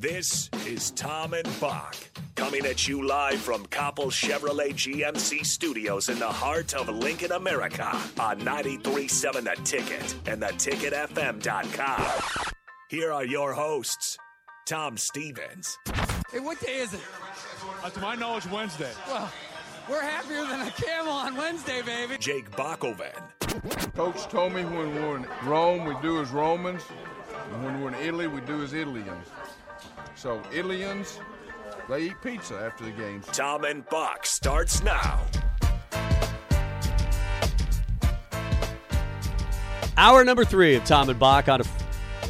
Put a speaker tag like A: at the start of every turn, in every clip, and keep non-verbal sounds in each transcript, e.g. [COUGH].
A: This is Tom and Bach coming at you live from Coppell Chevrolet GMC studios in the heart of Lincoln, America on 937 The Ticket and theticketfm.com. Here are your hosts, Tom Stevens
B: Hey, what day is it?
C: Uh, to my knowledge, Wednesday.
B: Well, we're happier than a camel on Wednesday, baby.
A: Jake Bakoven,
D: Coach told me when we're in Rome, we do as Romans, and when we're in Italy, we do as Italians. So Italians, they eat pizza after the games.
A: Tom and Buck starts now.
E: Hour number three of Tom and Bach on a.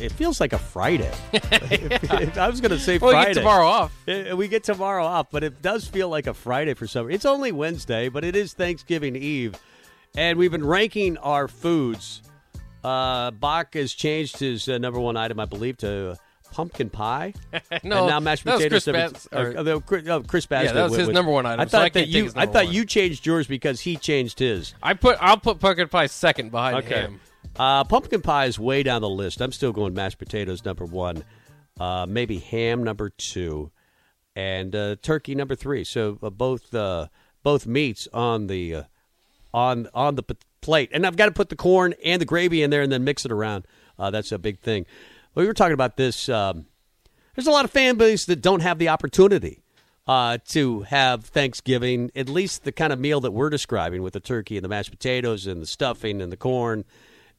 E: It feels like
B: [LAUGHS]
E: a Friday. I was going to say
B: Well, you get
E: Friday.
B: tomorrow off.
E: Eh, We get tomorrow off, but it does feel like a Friday for some. It's only Wednesday, but it is Thanksgiving Eve, and we've been ranking our foods. Uh, Bach has changed his uh, number one item, I believe, to pumpkin
B: [LAUGHS]
E: pie.
B: No,
E: and now mashed
B: that was
E: potatoes.
B: Chris
E: number-
B: Bas- or-
E: uh, uh, the- Chris- oh, Chris
B: Yeah, that
E: Bassett
B: was his number one item,
E: I
B: so
E: thought
B: I can't
E: that
B: take
E: you.
B: his
E: I
B: number
E: thought
B: one.
E: you changed yours because he changed his.
B: I put I'll put pumpkin pie second behind ham.
E: Uh, pumpkin pie is way down the list. I'm still going mashed potatoes number one, uh, maybe ham number two, and uh, turkey number three. So uh, both uh, both meats on the uh, on on the p- plate, and I've got to put the corn and the gravy in there, and then mix it around. Uh, that's a big thing. We were talking about this. Um, there's a lot of fan bases that don't have the opportunity uh, to have Thanksgiving, at least the kind of meal that we're describing with the turkey and the mashed potatoes and the stuffing and the corn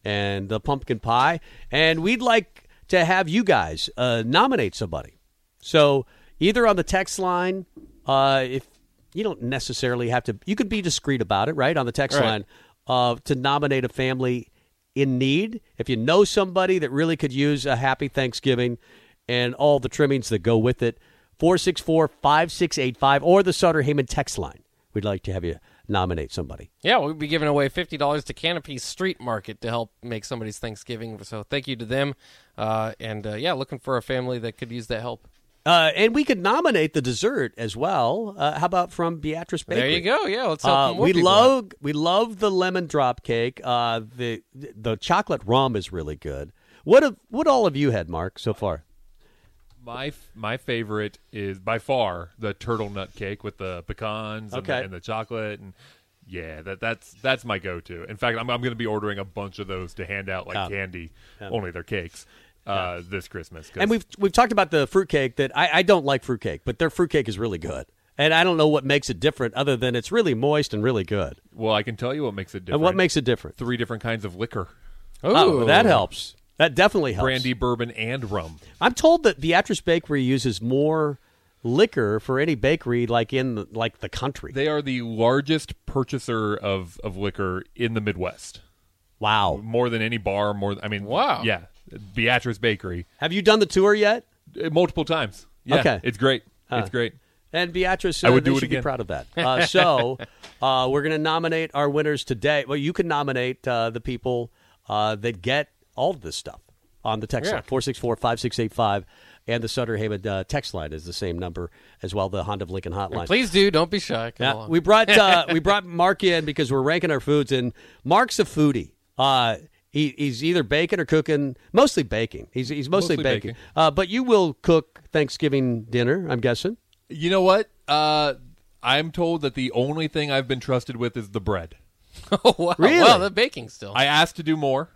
E: and the pumpkin pie. And we'd like to have you guys uh, nominate somebody. So either on the text line, uh, if you don't necessarily have to, you could be discreet about it, right? On the text
B: Right.
E: line uh, to nominate a family in need. If you know somebody that really could use a happy Thanksgiving and all the trimmings that go with it, 464 5685 or the Sutter Heyman text line. We'd like to have you nominate somebody.
B: Yeah, we'll be giving away fifty dollars to Canopy Street Market to help make somebody's Thanksgiving. So thank you to them, uh, and uh, yeah, looking for a family that could use that help.
E: Uh, and we could nominate the dessert as well. Uh, how about from Beatrice Bakery?
B: There you go. Yeah, let's help.
E: Uh,
B: more
E: we
B: people
E: love we love the lemon drop cake. Uh, the the chocolate rum is really good. What have, what all of you had, Mark, so far?
C: My f- my favorite is by far the turtle nut cake with the pecans and,
E: Okay.
C: the, and the chocolate and yeah, that that's that's my go to. In fact, I'm I'm going to be ordering a bunch of those to hand out like candy. Only they're cakes. Uh, This Christmas, 'cause
E: And we've we've talked about the fruitcake that I, I don't like fruitcake, but their fruitcake is really good. And I don't know what makes it different other than it's really moist and really good.
C: well, I can tell you what makes it different.
E: And what makes it different?
C: three different kinds of liquor:
B: Ooh,
E: Oh, that helps. That definitely helps.
C: brandy, bourbon, and rum.
E: I'm told that Beatrice Bakery uses more liquor for any bakery like in the, like the country.
C: They are the largest purchaser of of liquor in the Midwest,
E: wow.
C: more than any bar. More, I mean,
B: Wow.
C: yeah, Beatrice Bakery.
E: Have you done the tour yet?
C: Uh, multiple times. Yeah,
E: Okay.
C: it's great. It's great.
E: And Beatrice, uh,
C: I would
E: they
C: do it
E: should be
C: again.
E: proud
C: [LAUGHS]
E: of that. Uh, so uh, we're going to nominate our winners today. Well, you can nominate uh, the people uh, that get all of this stuff on the text
B: Yeah.
E: line, 464-5685. And the Sutter Haven uh, text line is the same number as well, the Honda of Lincoln hotline.
B: Please do. Don't be shy. Come
E: Yeah,
B: along.
E: we
C: [LAUGHS]
E: brought uh, we brought Mark in because we're ranking our foods, and Mark's a foodie. Uh, he, he's either baking or cooking, mostly baking. He's he's mostly,
C: Mostly
E: baking.
C: baking.
E: Uh, but you will cook Thanksgiving dinner, I'm guessing.
C: You know what? Uh, I'm told that the only thing I've been trusted with is the bread.
B: oh wow.
E: Really?
B: Wow, the baking still.
C: I asked to do more.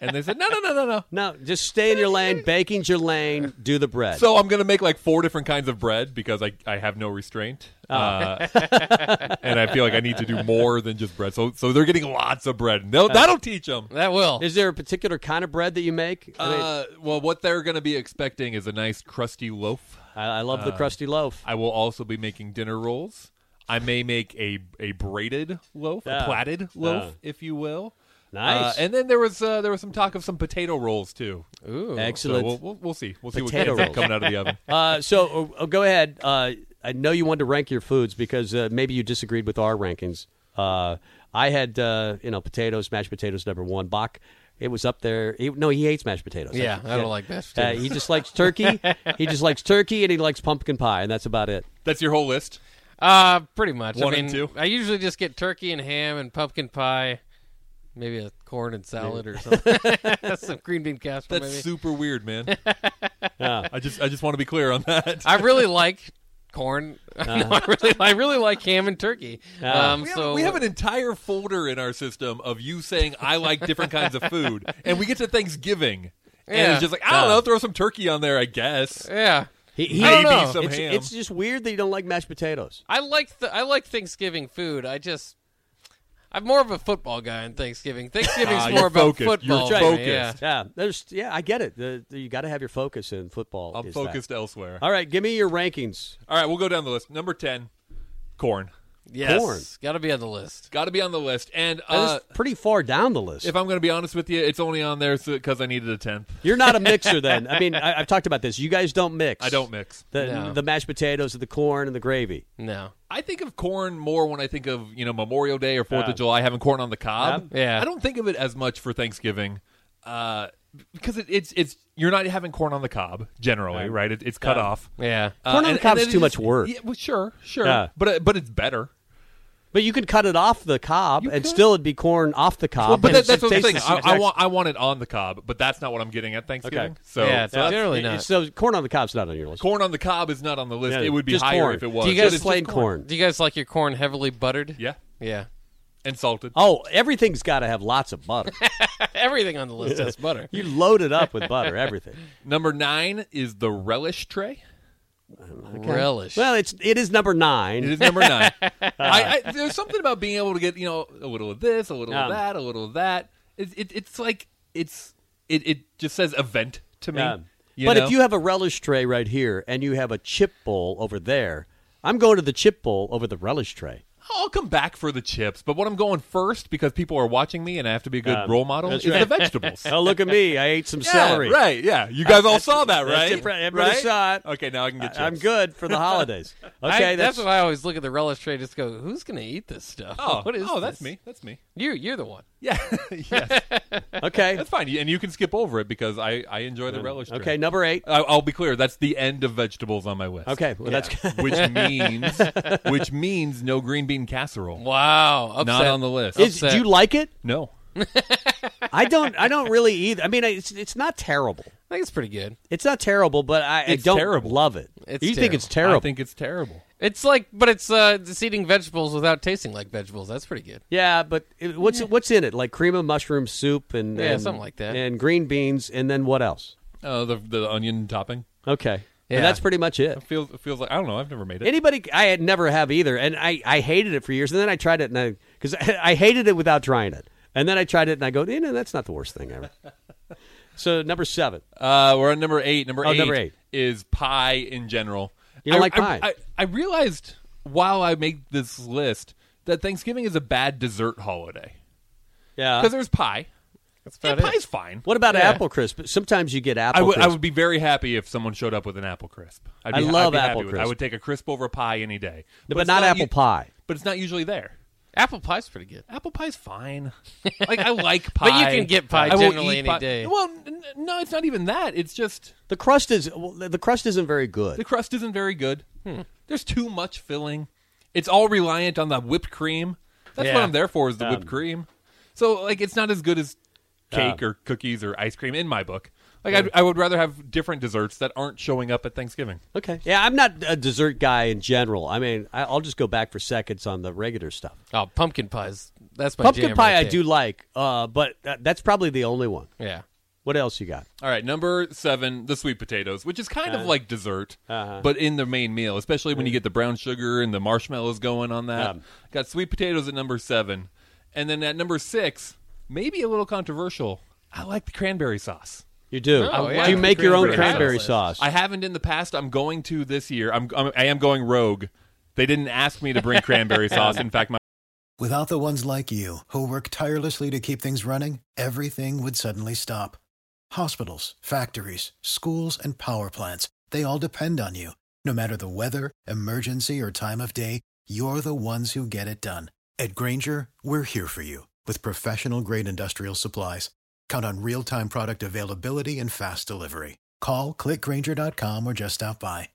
C: And they said, no, no, no, no, no.
E: No, just stay in your lane. Baking's your lane. Do the bread.
C: So I'm gonna make like four different kinds of bread because I, I have no restraint, uh, and I feel like I need to do more than just bread. So so they're getting lots of bread. And they'll- that'll teach them.
B: That will.
E: is there a particular kind of bread that you make? I, mean,
C: Uh, well, what they're gonna be expecting is a nice crusty loaf.
E: I, I love the crusty loaf.
C: uh, I will also be making dinner rolls. I may make a a braided loaf,
E: Yeah.
C: a plaited loaf,
E: Yeah.
C: if you will.
E: Nice.
C: Uh, and then there was uh, there was some talk of some potato rolls too.
B: Ooh.
C: So
E: Excellent.
C: we'll, we'll, we'll see. We'll see what
E: Potato
C: ends up
E: rolls.
C: coming out of the
E: [LAUGHS]
C: oven.
E: Uh, so uh, uh, go ahead. Uh, I know you wanted to rank your foods because uh, maybe you disagreed with our rankings. Uh, I had uh, you know potatoes, mashed potatoes number one. Bach, it was up there. He, no, he hates mashed potatoes.
B: Yeah, I don't like mashed
E: Uh, he just likes turkey. he just likes turkey, and he likes pumpkin pie, and that's about it.
C: That's your whole list.
B: Uh, pretty much.
C: One
B: I mean,
C: and two?
B: I usually just get turkey and ham and pumpkin pie, maybe a corn and salad or something. [LAUGHS]
C: [LAUGHS]
B: Some green bean casserole.
C: That's
B: maybe.
C: super weird, man.
E: [LAUGHS]
C: I just I just want to be clear on that.
B: I really like corn. [LAUGHS] no,
C: Uh-huh.
B: I really, I really like ham and turkey. um,
C: [LAUGHS] we, have,
B: so
C: we have an entire folder in our system of you saying I like different kinds of food, [LAUGHS] and we get to Thanksgiving, and
B: Yeah.
C: it's just like I don't know, throw some turkey on there, I guess.
B: yeah.
E: He, he,
C: I don't
B: know.
C: Some
E: it's,
C: ham.
E: it's just weird that you don't like mashed potatoes.
B: I like the I like Thanksgiving food. I just I'm more of a football guy on Thanksgiving. Thanksgiving's
C: [LAUGHS] Ah, you're
B: more about
C: focused. You're
B: football.
C: That's
B: for
C: right.
B: me, yeah.
C: focused.
E: Yeah, there's yeah, I get it. The, the- you got to have your focus in football.
C: I'm
E: is that.
C: focused elsewhere.
E: All right, give me your rankings.
C: All right, we'll go down the list. Number ten, corn.
B: Yes,
E: Corn.
B: got to be on the list.
C: Got to be on the list. And
E: That's
C: uh,
E: pretty far down the list.
C: if I'm going to be honest with you, it's only on there because I needed a tenth. [LAUGHS]
E: You're not a mixer then. I mean, I, I've talked about this. You guys don't mix.
C: I don't mix.
E: The,
B: No.
E: the mashed potatoes, the corn, and the gravy.
B: No,
C: I think of corn more when I think of you know Memorial Day or Fourth of July having corn on the cob.
B: Yeah. Yeah.
C: I don't think of it as much for Thanksgiving uh, because it, it's it's you're not having corn on the cob generally, right? It, it's cut off.
B: yeah.
C: Uh,
E: Corn on the cob's
C: then it
E: too much work.
C: Yeah, well, sure, sure,
E: Yeah.
C: but uh, but it's better.
E: But you could cut it off the cob, and
C: could.
E: still it'd be corn off the cob.
C: Well, but
E: Um, and
C: that,
E: it's-
C: that's
E: it
C: what I'm
E: tastes
C: saying.
E: the
C: I,
E: same
C: I
E: exact-
C: want I want it on the cob, but that's not what I'm getting at Thanksgiving.
E: Okay.
C: So
B: yeah, it's
C: so that's-
B: generally not.
E: It's- So corn on the cob's not on your list.
C: corn on the cob is not on the list.
E: Yeah,
C: it would be
E: just
C: higher
E: corn.
C: if it was.
E: Do you
C: But
E: guys
C: it's
E: plain
C: just
E: corn?
B: Do you guys like your corn heavily buttered?
C: Yeah,
B: Yeah.
C: and salted.
E: Oh, everything's got to have lots
C: [LAUGHS]
E: of butter.
B: Everything on the list has butter.
E: you load it up with butter, everything.
C: Number nine is the relish tray.
B: Relish.
E: Well, it's it is number
C: It
E: nine.
C: is number
E: [LAUGHS]
C: nine. I, I, there's something about being able to get you know a little of this, a little
E: Um,
C: of that, a little of that. It, it, it's like it's it, it just says event to me.
E: Yeah.
C: you
E: But
C: know?
E: if you have a relish tray right here and you have a chip bowl over there, I'm going to the chip bowl over the relish tray.
C: I'll come back for the chips, but what I'm going first because people are watching me and I have to be a good
E: Um,
C: role model
E: that's
C: is the
E: right.
C: vegetables.
E: [LAUGHS] Oh, look at me! I ate some
C: Yeah,
E: celery.
C: right? Yeah, you guys all saw that,
E: that's
C: right?
E: impre- everybody
C: Right?
E: saw it.
C: Okay, now I can get. Chips.
E: I'm good for the holidays. Okay,
B: I- that's, what I always look at the relish tray. Just go, who's gonna eat this stuff?
C: Oh,
B: [LAUGHS] what is
C: oh, that's
B: this?
C: me. That's me.
B: You, you're the one.
C: Yeah, yes,
E: okay.
C: that's fine. And you can skip over it because I I enjoy the relish. tray.
E: Okay, number eight.
C: I- I'll be clear. That's the end of vegetables on my list.
E: Okay, well, that's good. [LAUGHS]
C: which means which means no green bean casserole.
B: Wow. Upset.
C: Not on the list.
E: Is, do
B: upset.
E: you like it?
C: no.
E: I don't. I don't really either. I mean, I- it's it's not terrible.
B: I think it's pretty good.
E: It's not terrible, but I, I
C: It's
E: don't
C: terrible.
E: love it.
B: It's
E: you think it's
C: I
E: terrible?
C: think it's terrible.
B: It's like, but it's uh, it's eating vegetables without tasting like vegetables. That's pretty good.
E: yeah, but it, what's what's in it? Like cream of mushroom soup and
B: Yeah,
E: and-
B: something like that.
E: and green beans, and then what else?
C: Uh, the the onion topping
E: Okay,
B: Yeah.
E: and that's pretty much it.
C: it feels it feels like I don't know. I've never made it.
E: Anybody, I had never have either, and I, I hated it for years, and then I tried it, and I because [LAUGHS] I, I hated it without trying it, and then I tried it, and I go, you know, that's not the worst thing ever. so number seven,
C: Uh, we're on number eight. Number,
E: Oh,
C: eight,
E: number eight.
C: is pie in general.
E: You don't
C: I,
E: like
C: I-
E: pie.
C: I, I realized while I made this list that Thanksgiving is a bad dessert holiday
E: yeah. Uh,
C: because there's pie.
B: That's
C: And
B: about it.
C: pie's fine.
E: What about apple crisp? Sometimes you get apple
C: I would
E: crisp.
C: I would be very happy if someone showed up with an apple crisp. I'd be,
E: I love
C: I'd be
E: apple
C: happy with it. I
E: crisp.
C: would take a crisp over pie any day.
E: but,
C: it's
E: not, apple
C: u-
E: pie.
C: But it's not usually there.
B: Apple pie's pretty good.
C: Apple pie's fine. Like I like pie,
B: But you can get pie
C: I will
B: generally
C: eat
B: any
C: pie.
B: day.
C: Well, n- n- no, it's not even that. It's just
E: The crust is well, the crust isn't very good.
C: the crust isn't very good. There's too much filling. It's all reliant on the whipped cream. That's
B: Yeah.
C: what I'm there for is the whipped cream. So like it's not as good as cake or cookies or ice cream in my book. Like I'd, I would rather have different desserts that aren't showing up at Thanksgiving.
E: Okay. Yeah, I'm not a dessert guy in general. I mean, I, I'll just go back for seconds on the regular stuff.
B: Oh, pumpkin pies. That's my
E: Pumpkin
B: jam
E: pie,
B: right
E: I
B: there.
E: do like, uh, but tha- that's probably the only one.
B: Yeah.
E: What else you got?
C: All right, number seven, the sweet potatoes, which is kind
E: Uh-huh.
C: of like dessert, but in the main meal, especially
E: Mm.
C: when you get the brown sugar and the marshmallows going on that.
E: Yeah.
C: Got sweet potatoes at number seven, and then at number six, maybe a little controversial. I like the cranberry sauce.
E: You do.
B: Oh,
E: do
B: yeah.
E: you make your own
B: Cranberry
E: cranberry
B: sauce.
E: sauce?
C: I haven't in the past. I'm going to this year. I'm, I'm I am going rogue. They didn't ask me to
E: [LAUGHS]
C: bring cranberry sauce. In fact, my
F: Without the ones like you, who work tirelessly to keep things running, everything would suddenly stop. Hospitals, factories, schools, and power plants, they all depend on you. No matter the weather, emergency, or time of day, you're the ones who get it done. At Granger, we're here for you with professional grade industrial supplies. Count on real time product availability and fast delivery. Call clickgranger.com or just stop by.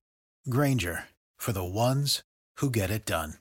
F: Granger for the ones who get it done.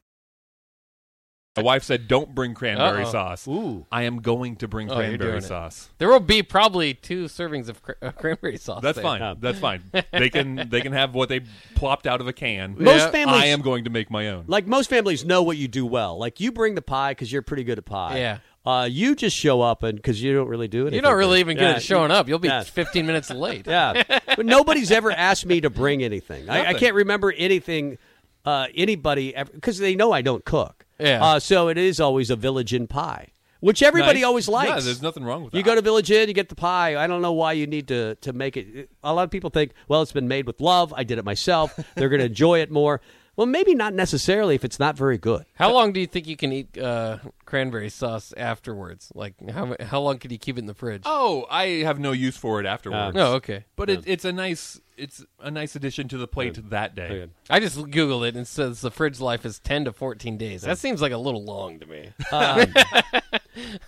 C: My wife said, "Don't bring cranberry
B: Uh-oh.
C: sauce."
B: Ooh.
C: I am going to bring
B: Oh, you're doing
C: cranberry
B: it.
C: sauce.
B: There will be probably two servings of cra- uh, cranberry sauce.
C: That's
B: there.
C: fine. That's fine. They can they can have what they plopped out of a can.
E: Most Yeah. families-
C: I am going to make my own.
E: like most families know what you do well. Like you bring the pie because you're pretty good at pie.
B: Yeah.
E: Uh, you just show up and because you don't really do anything.
B: You're not really
E: good.
B: even good
E: Yeah,
B: at showing up. You'll be
E: yeah.
B: 15 minutes late.
E: [LAUGHS] Yeah, but nobody's ever asked me to bring anything. I, I
C: Nothing.
E: can't remember anything uh, anybody because they know I don't cook.
B: Yeah.
E: Uh, so it is always a village in pie, which everybody
C: Nice.
E: always
C: Yeah,
E: likes.
C: there's nothing wrong with
E: You
C: that.
E: go to Village Inn, you get the pie. I don't know why you need to to make it. A lot of people think, well, it's been made with love. I did it myself.
C: [LAUGHS]
E: They're going to enjoy it more. Well, maybe not necessarily if it's not
C: [LAUGHS]
E: very good.
B: How long do you think you can eat uh, cranberry sauce afterwards? Like, how mu- how long can you keep it in the fridge?
C: Oh, I have no use for it afterwards.
E: Oh,
B: No, okay.
C: but it, it's a nice it's a nice addition to the plate that day.
B: I just googled it and it says the fridge life is 10 to 14 days. That seems like a little long to
E: [LAUGHS]
B: me.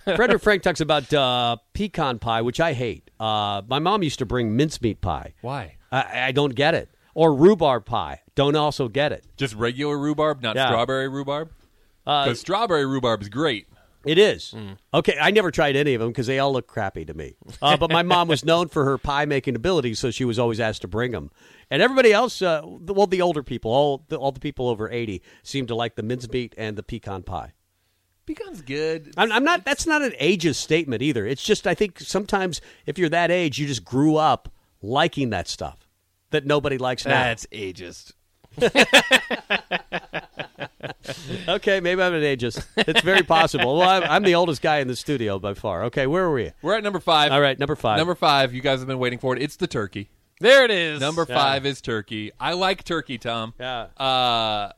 E: Frederick Frank talks about uh, pecan pie, which I hate. Uh, my mom used to bring mincemeat pie.
C: Why?
E: I, I don't get it. Or rhubarb pie. Don't also get it.
C: Just regular rhubarb, not
E: Yeah. Uh,
C: strawberry rhubarb. Because strawberry rhubarb is great.
E: It is. Okay, I never tried any of them because they all look crappy to me. Uh, but my mom was known for her pie making abilities, so she was always asked to bring them. And everybody else, uh, the- well, the older people, all the, all the people over 80, seem to like the mincemeat and the pecan pie.
C: Pecan's good.
E: I'm, I'm not, that's not an ageist statement either. It's just, I think sometimes if you're that age, you just grew up liking that stuff that nobody likes
B: That's ageist.
E: now. Okay, maybe I'm an ageist. It's very possible. Well, I'm, I'm the oldest guy in the studio by far. Okay, where are we?
C: We're at number five.
E: All right, number five.
C: Number five, you guys have been waiting for it. It's the turkey.
B: There it is.
C: Number five is turkey. I like turkey, Tom.
E: Yeah.
C: Uh,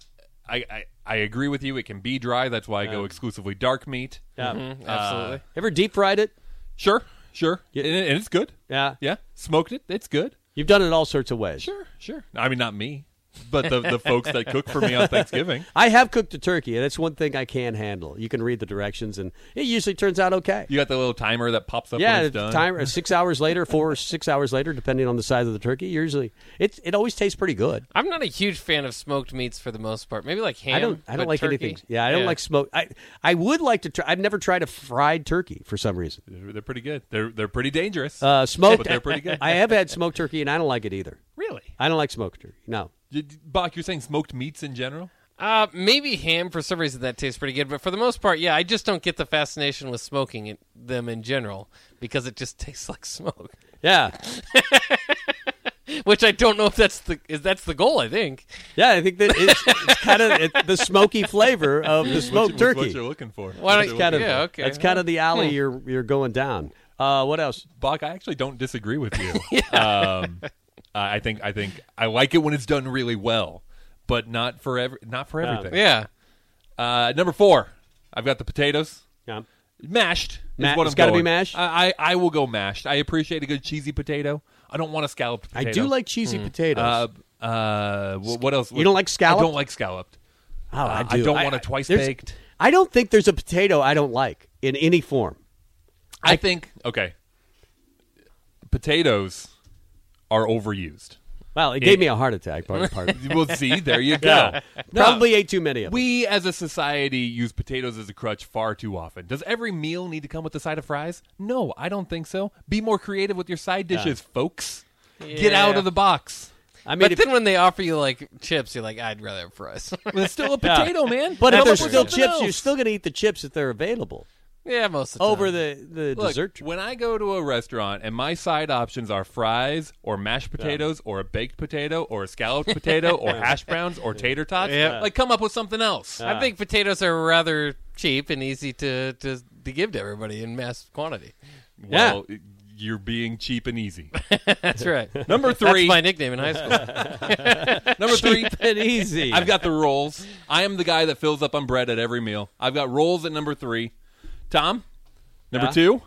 C: I, I I agree with you. It can be dry. That's why I go exclusively dark meat.
E: Yeah.
C: mm-hmm.
B: Absolutely.
E: Ever deep fried it?
C: Sure, sure. And, and it's good.
E: Yeah.
C: Yeah. Smoked it. It's good.
E: You've done it all sorts of ways.
C: Sure, sure. I mean, not me, but the, the folks that cook for me on Thanksgiving.
E: I have cooked a turkey, and that's one thing I can handle. You can read the directions, and it usually turns out okay.
C: You got the little timer that pops up
E: yeah,
C: when it's
E: the
C: done.
E: timer six hours later, four or six hours later, depending on the size of the turkey. Usually, it it always tastes pretty good.
B: I'm not a huge fan of smoked meats for the most part. Maybe like ham.
E: I don't I don't
B: but
E: like
B: turkey.
E: anything. Yeah, I don't like smoke. I I would like to try. I've never tried a fried turkey for some reason.
C: They're, they're pretty good. They're they're pretty dangerous.
E: Uh, smoked,
C: But they're pretty good.
E: [LAUGHS] I have had smoked turkey, and I don't like it either.
C: really?
E: I don't like smoked turkey. No,
C: Bach, you're saying smoked meats in general?
B: Uh, maybe ham for some reason that tastes pretty good, but for the most part, yeah, I just don't get the fascination with smoking it, them in general because it just [LAUGHS] tastes like smoke.
E: yeah,
B: Which I don't know if that's the is that's the goal. I think
E: yeah. I think that it's, it's kind of it, the smoky flavor of the smoked
C: That's
E: turkey.
C: what you're looking for.
B: Why don't
C: That's
B: you-
C: what
E: kind
C: you're
B: Yeah,
C: looking
E: of
C: for.
B: okay.
E: That's kind of the alley you're you're going down. Uh, what else?
C: Bach, I actually don't disagree with you. um, I I think I think I like it when it's done really well, but not for every, not for everything.
B: yeah.
C: Uh, number four, I've got the potatoes.
E: Yeah.
C: Mashed
E: Ma-
C: is what
E: it's
C: I'm
E: gotta be
C: going.
E: mashed?
C: I, I I will go mashed. I appreciate a good cheesy potato. I don't want a scalloped
E: I
C: potato.
E: do like cheesy potatoes.
C: Uh, uh, wh- what else?
E: You don't like
C: I
E: scalloped?
C: don't like scalloped.
E: oh,
C: I don't want it twice
E: there's-
C: baked.
E: I don't think there's a potato I don't like in any form.
C: I think okay. Potatoes are overused.
E: Wow, it gave me a heart attack. Part of part. [LAUGHS]
C: Well, see, there you go.
E: Yeah.
C: [LAUGHS] No.
E: Probably ate too many of them.
C: We as a society use potatoes as a crutch far too often. Does every meal need to come with a side of fries? No, I don't think so. Be more creative with your side dishes, folks. Get out of the box.
E: I mean,
B: But
E: if,
B: then when they offer you like chips, you're like, I'd rather have fries. [LAUGHS]
C: Well, it's
E: [LAUGHS]
C: still a potato, man.
E: but
C: Come
E: if
C: up
E: there's
C: with
E: still
C: something
E: chips,
C: else.
E: you're still going to eat the chips if they're available
B: yeah, most of the
E: over
B: time.
E: the the
C: Look,
E: dessert. tray. [LAUGHS]
C: when I go to a restaurant and my side options are fries or mashed potatoes or a baked potato or a scalloped potato
E: [LAUGHS]
C: or hash browns or tater tots, like come up with something else.
B: I think potatoes are rather cheap and easy to, to to give to everybody in mass quantity.
E: Yeah.
C: Well, you're being cheap and
E: [LAUGHS]
C: easy.
B: That's right. [LAUGHS]
C: Number
B: That's
C: three.
B: my nickname in high school.
C: number three.
E: and
C: [LAUGHS]
E: easy.
C: I've got the rolls. I am the guy that fills up on bread at every meal. I've got rolls at number three. Tom, number two,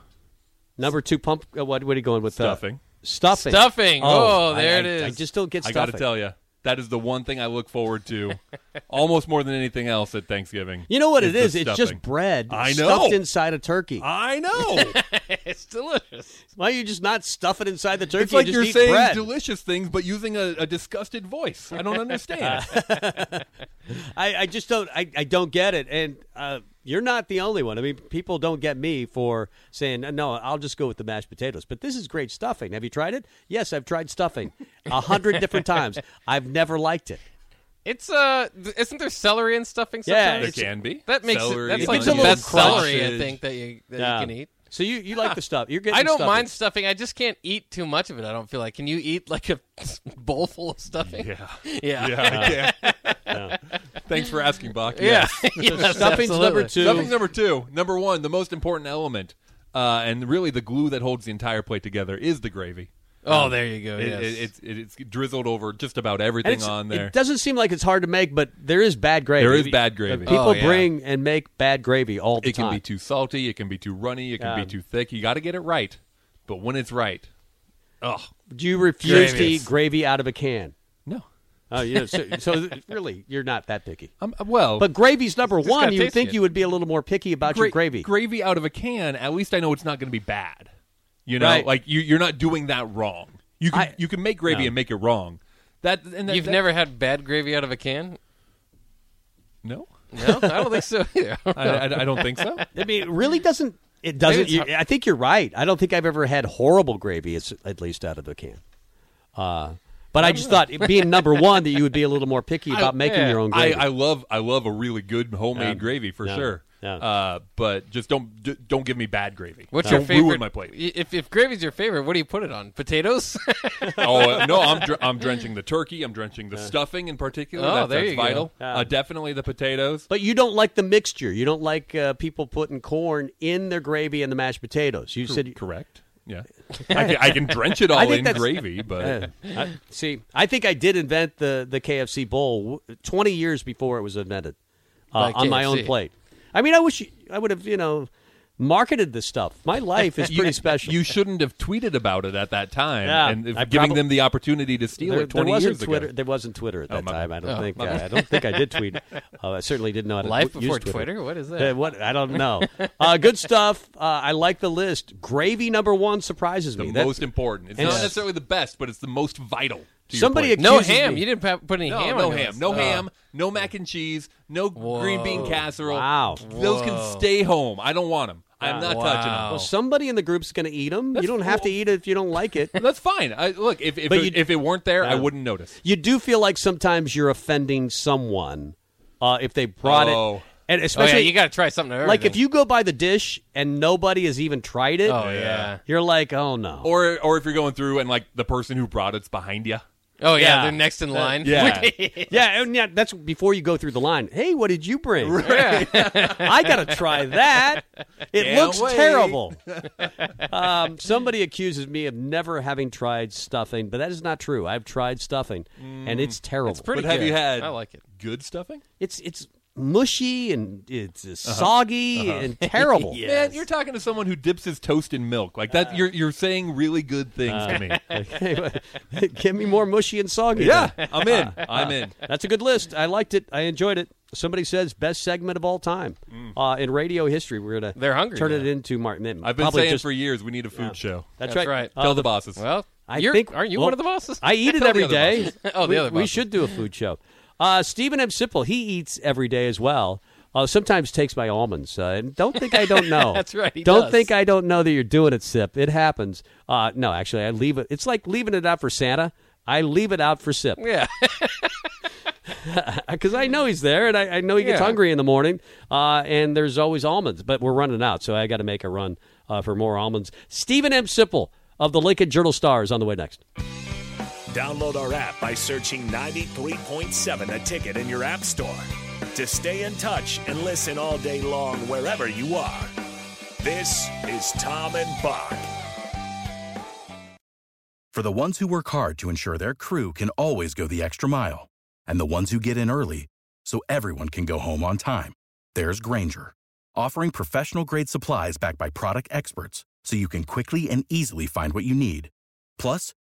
E: number two pump. Uh, what what are you going with? uh,
C: stuffing.
E: stuffing.
B: Stuffing. Oh,
E: I-
B: there
E: I,
B: it is.
E: I just don't get
C: I
E: stuffing.
C: got to tell you, that is the one thing I look forward
E: [LAUGHS]
C: to, almost more than anything else at Thanksgiving.
E: You know what it
C: the
E: is? It's
C: stuffing.
E: just bread
C: I
E: stuffed
C: know.
E: inside a turkey.
C: I
E: [LAUGHS]
C: know.
B: it's delicious.
E: Why are you just not stuffing inside the turkey?
C: It's like
E: and
C: you're
E: just eat
C: saying
E: bread.
C: delicious things, but using a, a disgusted voice. I don't
E: [LAUGHS]
C: understand.
E: I, I just don't. I, I don't get it. And uh, you're not the only one. I mean, people don't get me for saying no. I'll just go with the mashed potatoes. But this is great stuffing. Have you tried it? Yes, I've tried stuffing a hundred different times. I've never liked it.
B: It's uh, th- isn't there celery and stuffing?
E: Yeah,
B: Sometimes?
C: there can be.
B: That makes
C: Celery,
B: it. That's like
E: It's
B: the
E: a little
B: best celery I
C: sausage.
B: think that you that
E: Yeah.
B: you can eat.
E: So you, you like the stuff? You're getting.
B: I don't
E: stuffing.
B: mind stuffing. I just can't eat too much of it. I don't feel like. Can you eat like a [LAUGHS] bowl full of stuffing? [LAUGHS] Yeah. Yeah. Yeah.
C: [LAUGHS] Yeah, I can't.
E: [LAUGHS]
C: [LAUGHS] Thanks for asking, Bach.
B: Yes,
E: Stuffing's number
B: absolutely.
E: [LAUGHS] two.
C: Stuffing's number two. Number one, the most important element, uh, and really the glue that holds the entire plate together is the gravy.
B: Oh, there you go.
C: It,
B: yes.
C: it, it's it, it's drizzled over just about
E: And
C: everything
E: it's-
C: on there.
E: It doesn't seem like it's hard to make, but there is bad gravy.
C: There is bad gravy.
E: People
B: Oh, yeah.
E: bring and make bad gravy all the
C: It can
E: time.
C: be too salty. It can be too runny. It can
E: Yeah.
C: be too thick. You got to get it right. But when it's right, oh
E: Do you refuse to
B: Gravy.
E: eat gravy out of a can?
C: no,
E: Oh, yeah. So, so really, you're not that picky.
C: I'm uh, well.
E: But gravy's number one.
B: gotta
E: You would
B: taste
E: think
B: it.
E: you would be a little more picky about your
C: gra-
E: gravy.
C: gravy out of a can. At least I know it's not going to be bad. You know,
E: Right.
C: like you, you're not doing that wrong. You can
E: I-
C: you can make gravy and make it wrong. That and that,
B: You've
C: that-
B: never had bad gravy out of a can?
E: [LAUGHS]
C: no.
B: No, I don't think so either.
C: I, I, I don't think so.
E: I mean, it really doesn't. It doesn't.
B: it's
E: You,
B: hard-
E: I think you're right. I don't think I've ever had horrible gravy. It's at least out of the can. Uh, but I just thought it being number one that you would be a little more picky about making
B: yeah.
E: your own
C: I,
E: [LAUGHS] gravy.
C: I love I love a really good homemade gravy for
E: Yeah.
C: sure.
E: Yeah.
C: Uh, but just don't d- don't give me bad gravy.
B: What's
C: don't
B: your favorite?
C: Ruin my plate.
B: Y- If if gravy's your favorite, what do you put it on? Potatoes? [LAUGHS]
C: oh uh, no,
E: [LAUGHS]
C: I'm dr- I'm drenching the turkey. I'm drenching the stuffing in particular.
B: Oh,
C: That-
B: there
C: that's
B: you go.
C: vital.
E: Yeah.
C: Uh, definitely the potatoes.
E: but you don't like the mixture. You don't like uh, people putting corn in their gravy and the mashed potatoes. You said
C: Correct.
E: [LAUGHS]
C: Yeah, I can, I can drench it all
E: think
C: in
E: that's- [LAUGHS]
C: gravy, but
E: Uh, I- see, I think I did invent the the KFC bowl w- 20 years before it was invented
B: By
E: uh, on my own
B: KFC.
E: plate. I mean, I wish you- I would have, you know, marketed this stuff. My life is pretty
C: [LAUGHS]
E: special.
C: you shouldn't have tweeted about it at that time
E: Yeah,
C: and if
E: I
C: giving
E: probab-
C: them the opportunity to steal
E: there,
C: it
E: there
C: 20
E: wasn't
C: years
E: Twitter.
C: ago.
E: There wasn't Twitter at that
C: my
E: time. I don't
B: Oh,
E: think.
B: my
E: I, I don't think I did tweet. Uh, I certainly didn't know how to
B: Life
E: tw- use
B: before
E: Twitter.
B: Twitter? What is that?
E: Uh, what I don't know. Uh, good stuff. Uh, I like the list. Gravy number one surprises
C: The
E: me. That-
C: most important. It's
E: and
C: not
E: s-
C: necessarily the best, but it's the most vital. To your
E: Somebody
C: plate.
B: no
E: Excuses
B: ham.
E: me.
B: You didn't pa- put any
C: No,
B: ham.
C: no
B: on
C: ham,
B: yours.
C: no
B: Oh.
C: ham, no mac and cheese, no green bean casserole.
E: Wow.
C: those can stay home. I don't want them. I'm not touching them.
E: Well, somebody in the group's going to eat them. You don't have to eat it if you don't like it.
C: That's fine. I, look, if if
E: But
C: it,
E: you-
C: if it weren't there, I
E: Yeah.
C: wouldn't notice.
E: you do feel like sometimes you're offending someone uh, if they brought
C: Oh.
E: it, and
B: Oh, yeah,
E: especially
B: you got to try something. to
E: like if
B: everything.
E: you go by the dish and nobody has even tried it.
B: Oh yeah.
E: you're like, oh no.
C: Or or if you're going through and like the person who brought it's behind you.
B: Oh yeah,
E: Yeah.
B: They're next in line.
C: yeah.
E: [LAUGHS] yeah, and yeah, that's before you go through the line. Hey, what did you bring? [LAUGHS] I gotta try that. It
C: Can't
E: looks
C: wait.
E: terrible. [LAUGHS] um, somebody accuses me of never having tried stuffing, but that is not true. I've tried stuffing, and it's terrible. It's
B: Mm. pretty
C: But have
B: good.
C: you had
B: I like it.
C: good stuffing?
E: It's it's mushy and it's uh,
C: Uh-huh. [LAUGHS]
E: soggy and terrible.
C: Man, you're talking to someone who dips his toast in milk. Like that you're you're saying really good things to [LAUGHS] me.
E: Okay, well, [LAUGHS] Give me more mushy and soggy.
C: Yeah,
E: then.
C: I'm in. I'm in.
E: [LAUGHS] That's a good list. I liked it. I enjoyed it. Somebody says best segment of all time
C: Mm.
E: uh, in radio history. We're gonna
B: They're hungry
E: turn it
B: now.
E: into Martin.
C: I've been
E: probably
C: saying
E: just-
C: for years we need a food show.
E: that's,
B: That's right.
C: Tell the bosses.
B: Well,
E: I
B: You're-
E: think
B: aren't you
E: well,
B: one of the bosses? [LAUGHS]
E: I eat it
C: Tell the
E: every
C: other
E: day.
C: bosses.
B: Oh, the
E: we,
B: other
E: we
B: bosses.
E: should do a
B: [LAUGHS]
E: food show. Uh, Stephen M. Simple, he eats every day as well. Uh, sometimes takes my almonds. Uh, and don't think I don't know.
B: [LAUGHS] That's right, he
E: don't
B: does.
E: think I don't know that you're doing it, Sip. It happens. Uh, no, actually, I leave it. It's like leaving it out for Santa. I leave it out for Sip
B: Yeah.
E: because I know he's there, and I, I know he gets
B: Yeah.
E: hungry in the morning. Uh, and there's always almonds, but we're running out, so I got to make a run uh, for more almonds. Stephen M. Sipple of the Lincoln Journal Star is on the way next.
A: Download our app by searching 93.7 a ticket in your app store to stay in touch and listen all day long wherever you are. This is Tom and Bach.
G: For the ones who work hard to ensure their crew can always go the extra mile, and the ones who get in early so everyone can go home on time, there's Granger, offering professional grade supplies backed by product experts so you can quickly and easily find what you need. Plus,